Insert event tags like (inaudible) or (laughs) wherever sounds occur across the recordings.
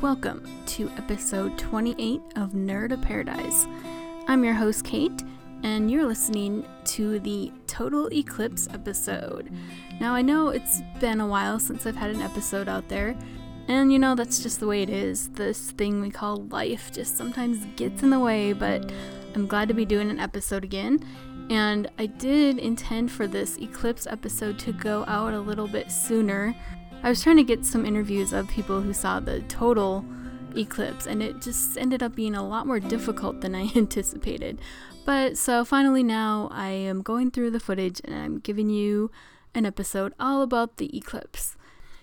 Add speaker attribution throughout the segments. Speaker 1: welcome to episode 28 of Nerd of Paradise. I'm your host, Kate, and you're listening to the Total Eclipse episode. Now, I know it's been a while since I've had an episode out there, and you know, that's just the way it is. This thing we call life just sometimes gets in the way, but I'm glad to be doing an episode again. And I did intend for this Eclipse episode to go out a little bit sooner. I was trying to get some interviews of people who saw the total eclipse, and it just ended up being a lot more difficult than I (laughs) anticipated. But so finally, now I am going through the footage and I'm giving you an episode all about the eclipse.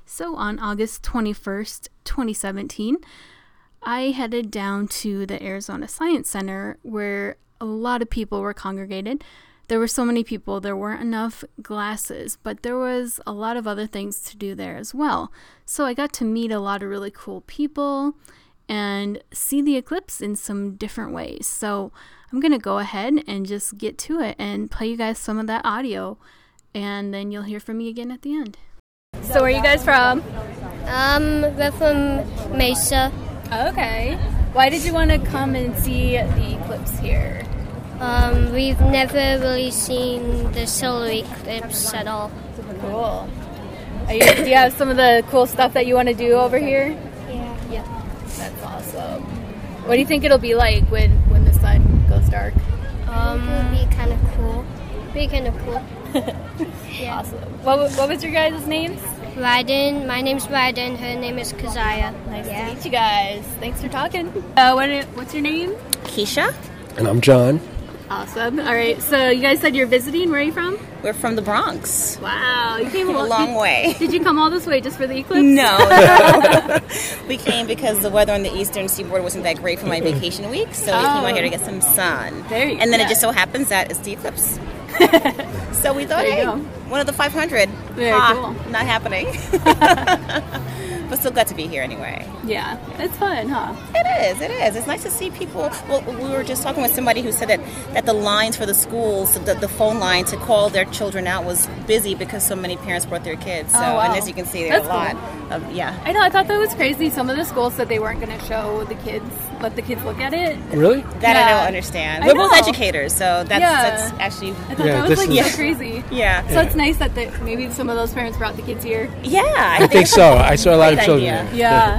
Speaker 1: So on August 21st, 2017, I headed down to the Arizona Science Center where a lot of people were congregated. There were so many people, there weren't enough glasses, but there was a lot of other things to do there as well. So I got to meet a lot of really cool people and see the eclipse in some different ways. So I'm going to go ahead and just get to it and play you guys some of that audio, and then you'll hear from me again at the end. So, where are you guys from?
Speaker 2: Um, we're from Mesa.
Speaker 1: Okay. Why did you want to come and see the eclipse here?
Speaker 2: Um, we've never really seen the solar eclipse at all.
Speaker 1: Cool. Are you, do you have some of the cool stuff that you want to do over here?
Speaker 2: Yeah.
Speaker 1: That's awesome. What do you think it'll be like when, when the sun goes dark?
Speaker 2: Um, it'd be kind of cool. Be kind of cool. yeah.
Speaker 1: Awesome. What, wa- what was your guys' names?
Speaker 2: Ryden. My name's Ryden. Her name is Kazaya.
Speaker 1: Nice
Speaker 2: yeah.
Speaker 1: to meet you guys. Thanks for talking. Uh, what, i- what's your name?
Speaker 3: Keisha.
Speaker 4: And I'm John.
Speaker 1: Awesome. All right. So you guys said you're visiting. Where are you from?
Speaker 3: We're from the Bronx.
Speaker 1: Wow. You (laughs) came
Speaker 3: A long way.
Speaker 1: Did you come all this way just for the eclipse?
Speaker 3: (laughs)
Speaker 1: (laughs)
Speaker 3: No, no. we came because the weather on the eastern seaboard wasn't that great for my vacation week, so we came
Speaker 1: Oh.
Speaker 3: out here to get some sun.
Speaker 1: There you-
Speaker 3: and then
Speaker 1: yeah.
Speaker 3: it just so happens that it's
Speaker 1: (laughs)
Speaker 3: the eclipse. so we thought,
Speaker 1: There you
Speaker 3: hey,
Speaker 1: go.
Speaker 3: one of the 500.
Speaker 1: Very
Speaker 3: Ah,
Speaker 1: cool. (laughs)
Speaker 3: Not happening. (laughs) but still glad to be here anyway.
Speaker 1: Yeah. It's fun, huh?
Speaker 3: It is. It is. It's nice to see people. Well, we were just talking with somebody who said that, that the lines for the schools, the, the phone line to call their children out was busy because so many parents brought their kids. So,
Speaker 1: Oh, wow.
Speaker 3: and as you can see, there are a
Speaker 1: That's
Speaker 3: lot
Speaker 1: cool.
Speaker 3: of yeah.
Speaker 1: I know. I thought that was crazy. Some of the schools said they weren't going to show the kids, let the kids look at it.
Speaker 4: Really?
Speaker 3: That I
Speaker 1: Yeah.
Speaker 3: don't understand.
Speaker 1: I
Speaker 3: We're both
Speaker 1: know.
Speaker 3: educators, so that's
Speaker 1: Yeah.
Speaker 3: that's actually
Speaker 1: I thought
Speaker 4: Yeah,
Speaker 1: that was
Speaker 4: this
Speaker 1: like
Speaker 4: is-
Speaker 1: so crazy.
Speaker 3: yeah.
Speaker 1: So it's nice that the, maybe some of those parents brought the kids
Speaker 4: (laughs)
Speaker 1: here.
Speaker 3: yeah,
Speaker 4: I think so. I saw a lot of
Speaker 3: Great
Speaker 4: children.
Speaker 3: idea.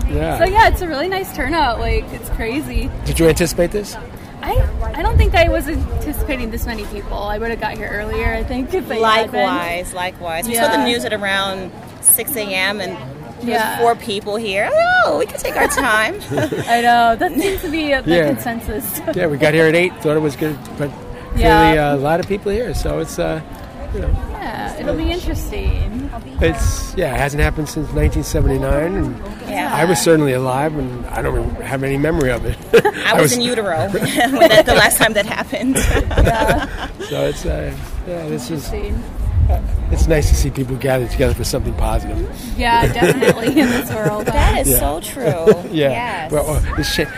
Speaker 4: there. yeah.
Speaker 1: So yeah, it's a really nice turnout. Like it's crazy.
Speaker 4: Did you anticipate this?
Speaker 1: I I don't think I was anticipating this many people. I would have got here earlier. I think. If I had been.
Speaker 3: Likewise, likewise. We saw
Speaker 1: Yeah.
Speaker 3: the news at around six a.m. and there
Speaker 1: Yeah.
Speaker 3: was four people here. Oh, we can take our time.
Speaker 1: (laughs) I know
Speaker 3: (laughs)
Speaker 1: that seems to be the
Speaker 4: Yeah.
Speaker 1: consensus. (laughs)
Speaker 4: Yeah, we got here at eight. Thought it was good, but
Speaker 1: Yeah.
Speaker 4: really uh, a lot of people here. So it's uh, you know,
Speaker 1: yeah, it'll be interesting.
Speaker 4: it's yeah, it hasn't happened since 1979. And
Speaker 3: yeah.
Speaker 4: I was certainly alive, and I don't even have any memory of it. (laughs)
Speaker 3: I was, in utero (laughs) when that, the last time that happened.
Speaker 4: So it's uh, yeah, this is
Speaker 1: Interesting.
Speaker 4: it's nice to see people gathered together for something positive.
Speaker 1: Yeah, definitely in this world.
Speaker 3: (laughs) that is
Speaker 4: Yeah.
Speaker 3: so true.
Speaker 4: (laughs) Yeah.
Speaker 3: Yes.
Speaker 4: Well, uh, the shit,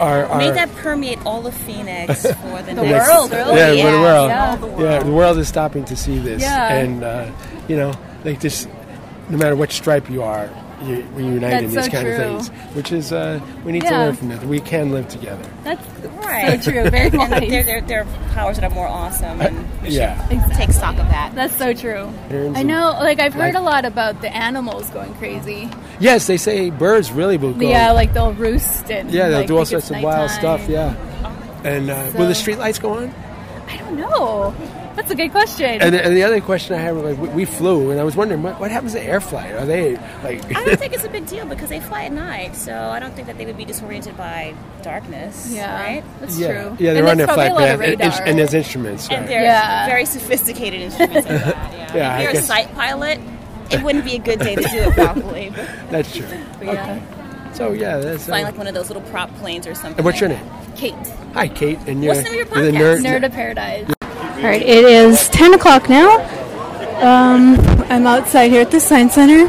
Speaker 4: our, our
Speaker 3: May that permeate all of
Speaker 4: (laughs)
Speaker 3: Phoenix for the,
Speaker 4: Yes.
Speaker 3: next
Speaker 1: world, really.
Speaker 4: Yeah, for the world.
Speaker 1: Oh, Yeah.
Speaker 4: Yeah. the world is stopping to see this.
Speaker 1: Yeah.
Speaker 4: And, uh, you know, like this, no matter what stripe you are, you, we're united
Speaker 1: That's
Speaker 4: in these
Speaker 1: so
Speaker 4: kind
Speaker 1: true.
Speaker 4: of things. Which is, uh, we need to
Speaker 1: Yeah.
Speaker 4: learn from that. We can live together.
Speaker 1: That's so
Speaker 3: Right.
Speaker 1: true. Very
Speaker 3: (laughs) And there,
Speaker 1: wise.
Speaker 3: there, there are powers that are more awesome, and we
Speaker 4: Yeah.
Speaker 3: should take stock of that.
Speaker 1: That's so true.
Speaker 4: Patterns
Speaker 1: I
Speaker 4: and-
Speaker 1: know. Like I've heard
Speaker 4: Like-
Speaker 1: a lot about the animals going crazy.
Speaker 4: Yes, they say birds really will go.
Speaker 1: Yeah, like they'll roost and
Speaker 4: Yeah, they'll
Speaker 1: like,
Speaker 4: do all
Speaker 1: think it's
Speaker 4: sorts of wild
Speaker 1: nighttime.
Speaker 4: stuff. Yeah. And uh, will the street lights go on?
Speaker 1: I don't know. That's a good question.
Speaker 4: And, and the other question I had was like, we, we flew, and I was wondering what, what happens to air flight? Are they like?
Speaker 3: I don't think it's a big deal because they fly at night, so I don't think that they would be disoriented by darkness,
Speaker 1: yeah,
Speaker 3: right?
Speaker 1: that's
Speaker 4: (laughs) yeah,
Speaker 1: true.
Speaker 4: yeah,
Speaker 1: and
Speaker 4: they're on their
Speaker 1: there's
Speaker 4: flight
Speaker 1: probably a lot of
Speaker 4: path, and, ins-
Speaker 1: radar.
Speaker 4: and there's instruments.
Speaker 3: And
Speaker 4: right.
Speaker 3: they're
Speaker 1: Yeah.
Speaker 3: very sophisticated instruments. Like that, yeah.
Speaker 4: Yeah, (laughs) I
Speaker 3: if you're a
Speaker 4: guess-
Speaker 3: sight pilot, it wouldn't be a good day to do it properly. But
Speaker 4: That's true. Okay. So yeah, that's
Speaker 3: flying
Speaker 4: uh,
Speaker 3: like one of those little prop planes or something.
Speaker 4: And what's your name?
Speaker 1: Kate,
Speaker 4: Hi, Kate. And you're,
Speaker 3: What's the name of your
Speaker 4: you're
Speaker 3: podcast?
Speaker 1: nerd of paradise.
Speaker 5: All right, it is 10 o'clock now. Um, I'm outside here at the Science Center.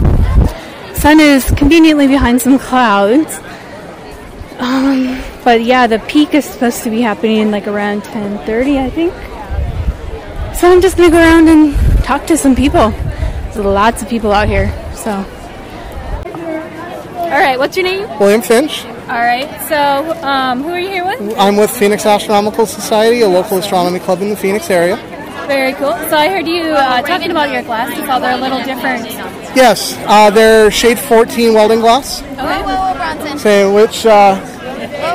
Speaker 5: Sun is conveniently behind some clouds. Um, but yeah, the peak is supposed to be happening like around 10:30, I think. So I'm just gonna go around and talk to some people. There's lots of people out here, so.
Speaker 1: All right, what's your name?
Speaker 6: William Finch. All right. So, um, who are you here with?
Speaker 7: I'm with Phoenix Astronomical Society, a local astronomy club in the Phoenix area.
Speaker 6: Very cool. So I heard you uh, talking about your glasses, how they're a little different.
Speaker 7: Yes, uh, they're shade 14 welding glass,
Speaker 6: Okay.
Speaker 7: so which uh,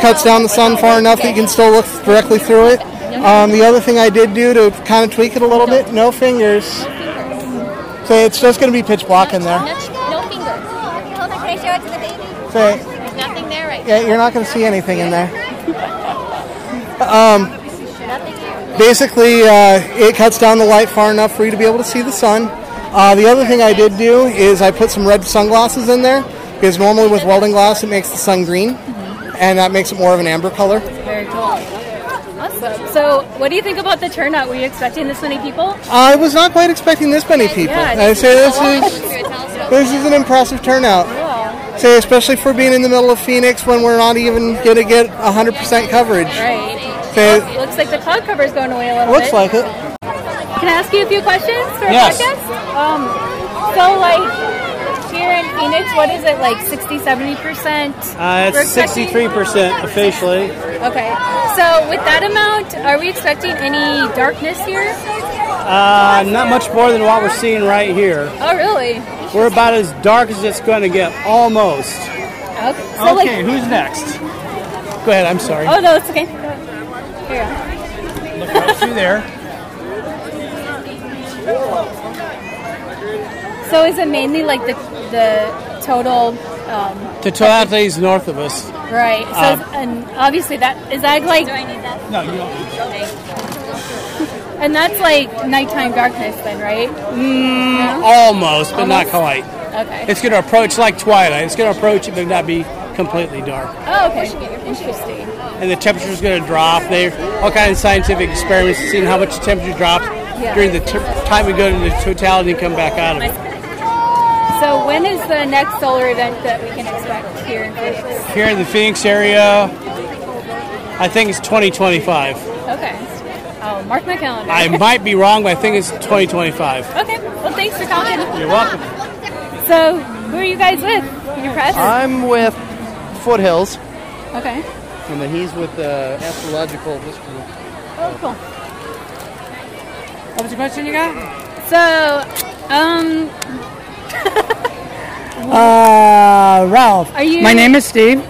Speaker 7: cuts down the sun far enough that you can still look directly through it. Um, the other thing I did do to kind of tweak it a little bit, no fingers. So it's just going to be pitch black in there.
Speaker 8: No fingers. Hold on, can I show it to the baby?
Speaker 7: So
Speaker 8: There's nothing there right
Speaker 7: Yeah, you're not going to see anything in there. Um, basically, uh, it cuts down the light far enough for you to be able to see the sun. Uh, the other thing I did do is I put some red sunglasses in there because normally with welding glass it makes the sun green, and that makes it more of an amber color.
Speaker 6: Very cool. Awesome. So, what do you think about the turnout? Were you expecting this many people?
Speaker 7: I was not quite expecting this many people.
Speaker 6: Yeah,
Speaker 7: I say this is
Speaker 8: through a telescope.
Speaker 7: this is an impressive turnout.
Speaker 6: Cool.
Speaker 7: Say especially for being in the middle of Phoenix when we're not even going to get 100% coverage.
Speaker 6: Right.
Speaker 7: Say,
Speaker 6: Looks like the cloud cover's going away a little
Speaker 7: looks
Speaker 6: bit.
Speaker 7: like it.
Speaker 6: Can I ask you a few questions for a
Speaker 7: Yes.
Speaker 6: podcast? Um, so, like, here in Phoenix, what is it, like 60, 70%?
Speaker 9: Uh,
Speaker 6: We're
Speaker 9: it's
Speaker 6: expecting-
Speaker 9: 63% officially.
Speaker 6: Okay. So, with that amount, are we expecting any darkness here?
Speaker 9: Uh, not much more than what we're seeing right here.
Speaker 6: Oh, really?
Speaker 9: We're about as dark as it's going to get, almost.
Speaker 6: Okay. Oh, So, like,
Speaker 9: Okay, who's next? Go ahead, I'm sorry.
Speaker 6: Oh no, it's okay. Here. Oh.
Speaker 9: through there.
Speaker 6: So is it mainly like the the total? Um,
Speaker 9: The Toyota's north of us.
Speaker 6: right. So
Speaker 9: Uh,
Speaker 10: Um,
Speaker 6: it's- and obviously that is that like. Do I need that?
Speaker 9: No, you don't.
Speaker 6: And that's like nighttime darkness, then, right?
Speaker 9: Almost, but not quite.
Speaker 6: Okay.
Speaker 9: It's going to approach like twilight. It's going to approach it, but not be completely dark.
Speaker 6: oh, okay. Interesting.
Speaker 9: and the temperature's going to drop. They all kinds of scientific experiments, seeing how much the temperature drops during the t- time we go to the totality and come back out of it.
Speaker 6: So when is the next solar event that we can expect here in Phoenix?
Speaker 9: Here in the Phoenix area, I think it's 2025.
Speaker 6: Okay. Oh, mark my calendar.
Speaker 9: I might be wrong, but I think it's 2025.
Speaker 6: (laughs) okay. Well, thanks for talking.
Speaker 9: You're welcome.
Speaker 6: So who are you guys with? Your press?
Speaker 10: I'm with Foothills,
Speaker 6: okay.
Speaker 10: and then he's with the astrological. what's the-
Speaker 6: Oh, cool.
Speaker 9: What was the question you got?
Speaker 6: So, um,
Speaker 10: Uh, Ralph.
Speaker 6: are you?
Speaker 10: My name is Steve.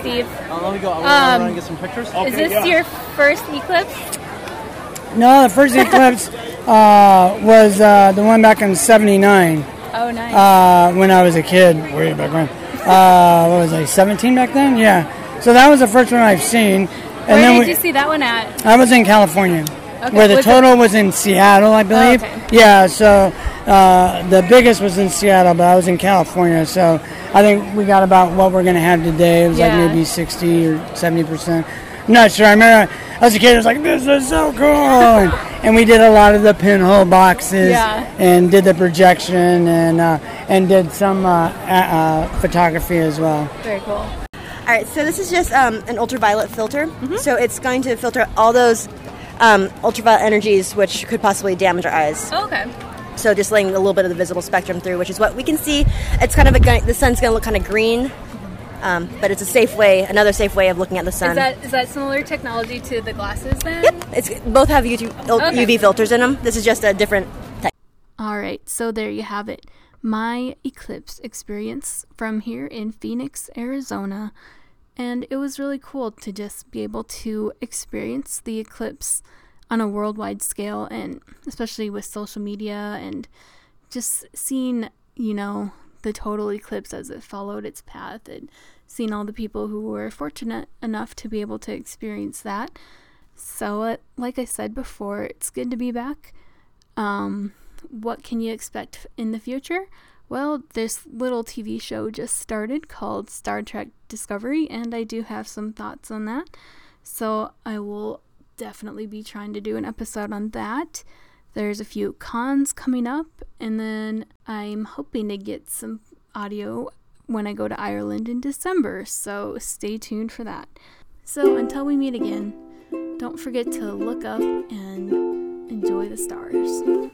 Speaker 6: Steve.
Speaker 9: Uh, let me go.
Speaker 6: Um, run and
Speaker 9: get some pictures.
Speaker 6: Is this your first eclipse?
Speaker 10: No, the first eclipse (laughs) uh, was uh, the one back in '79
Speaker 6: Oh, nice.
Speaker 10: uh, when I was a kid, way back when. Uh, what was I, 17 back then? Yeah. So that was the first one I've seen. And
Speaker 6: Where
Speaker 10: then
Speaker 6: did
Speaker 10: we,
Speaker 6: you see that one at?
Speaker 10: I was in California,
Speaker 6: Okay,
Speaker 10: where the
Speaker 6: was it- Oh,
Speaker 10: total was in Seattle, I believe.
Speaker 6: okay.
Speaker 10: Yeah, so uh, the biggest was in Seattle, but I was in California, so I think we got about what we're gonna have today. It was
Speaker 6: Yeah.
Speaker 10: like maybe sixty or seventy percent. I'm not sure. I remember as a kid, I was like, "This is so cool," (laughs) and, and we did a lot of the pinhole boxes
Speaker 6: Yeah.
Speaker 10: and did the projection and uh, and did some uh, a- uh, photography as well.
Speaker 6: Very cool.
Speaker 11: All right, so this is just um, an ultraviolet filter.
Speaker 6: Mm-hmm.
Speaker 11: So it's going to filter all those um, ultraviolet energies which could possibly damage our eyes.
Speaker 9: Oh,
Speaker 6: Okay.
Speaker 11: So just letting a little bit of the visible spectrum through, which is what we can see. It's kind of a gu- the sun's going to look kind of green, um, but it's a safe way, another safe way of looking at the sun.
Speaker 6: Is that is that similar technology to the glasses then?
Speaker 11: yep, it's both have UV,
Speaker 6: Okay.
Speaker 11: UV filters in them. This is just a different type.
Speaker 1: All right, so there you have it. My eclipse experience from here in Phoenix, Arizona. And it was really cool to just be able to experience the eclipse on a worldwide scale, and especially with social media and just seeing, you know, the total eclipse as it followed its path and seeing all the people who were fortunate enough to be able to experience that. So, uh, like I said before, it's good to be back um, what can you expect in the future? Well, this little TV show just started called Star Trek Discovery, and I do have some thoughts on that. So I will definitely be trying to do an episode on that. There's a few cons coming up, and then I'm hoping to get some audio when I go to Ireland in December, so stay tuned for that. So until we meet again, don't forget to look up and enjoy the stars.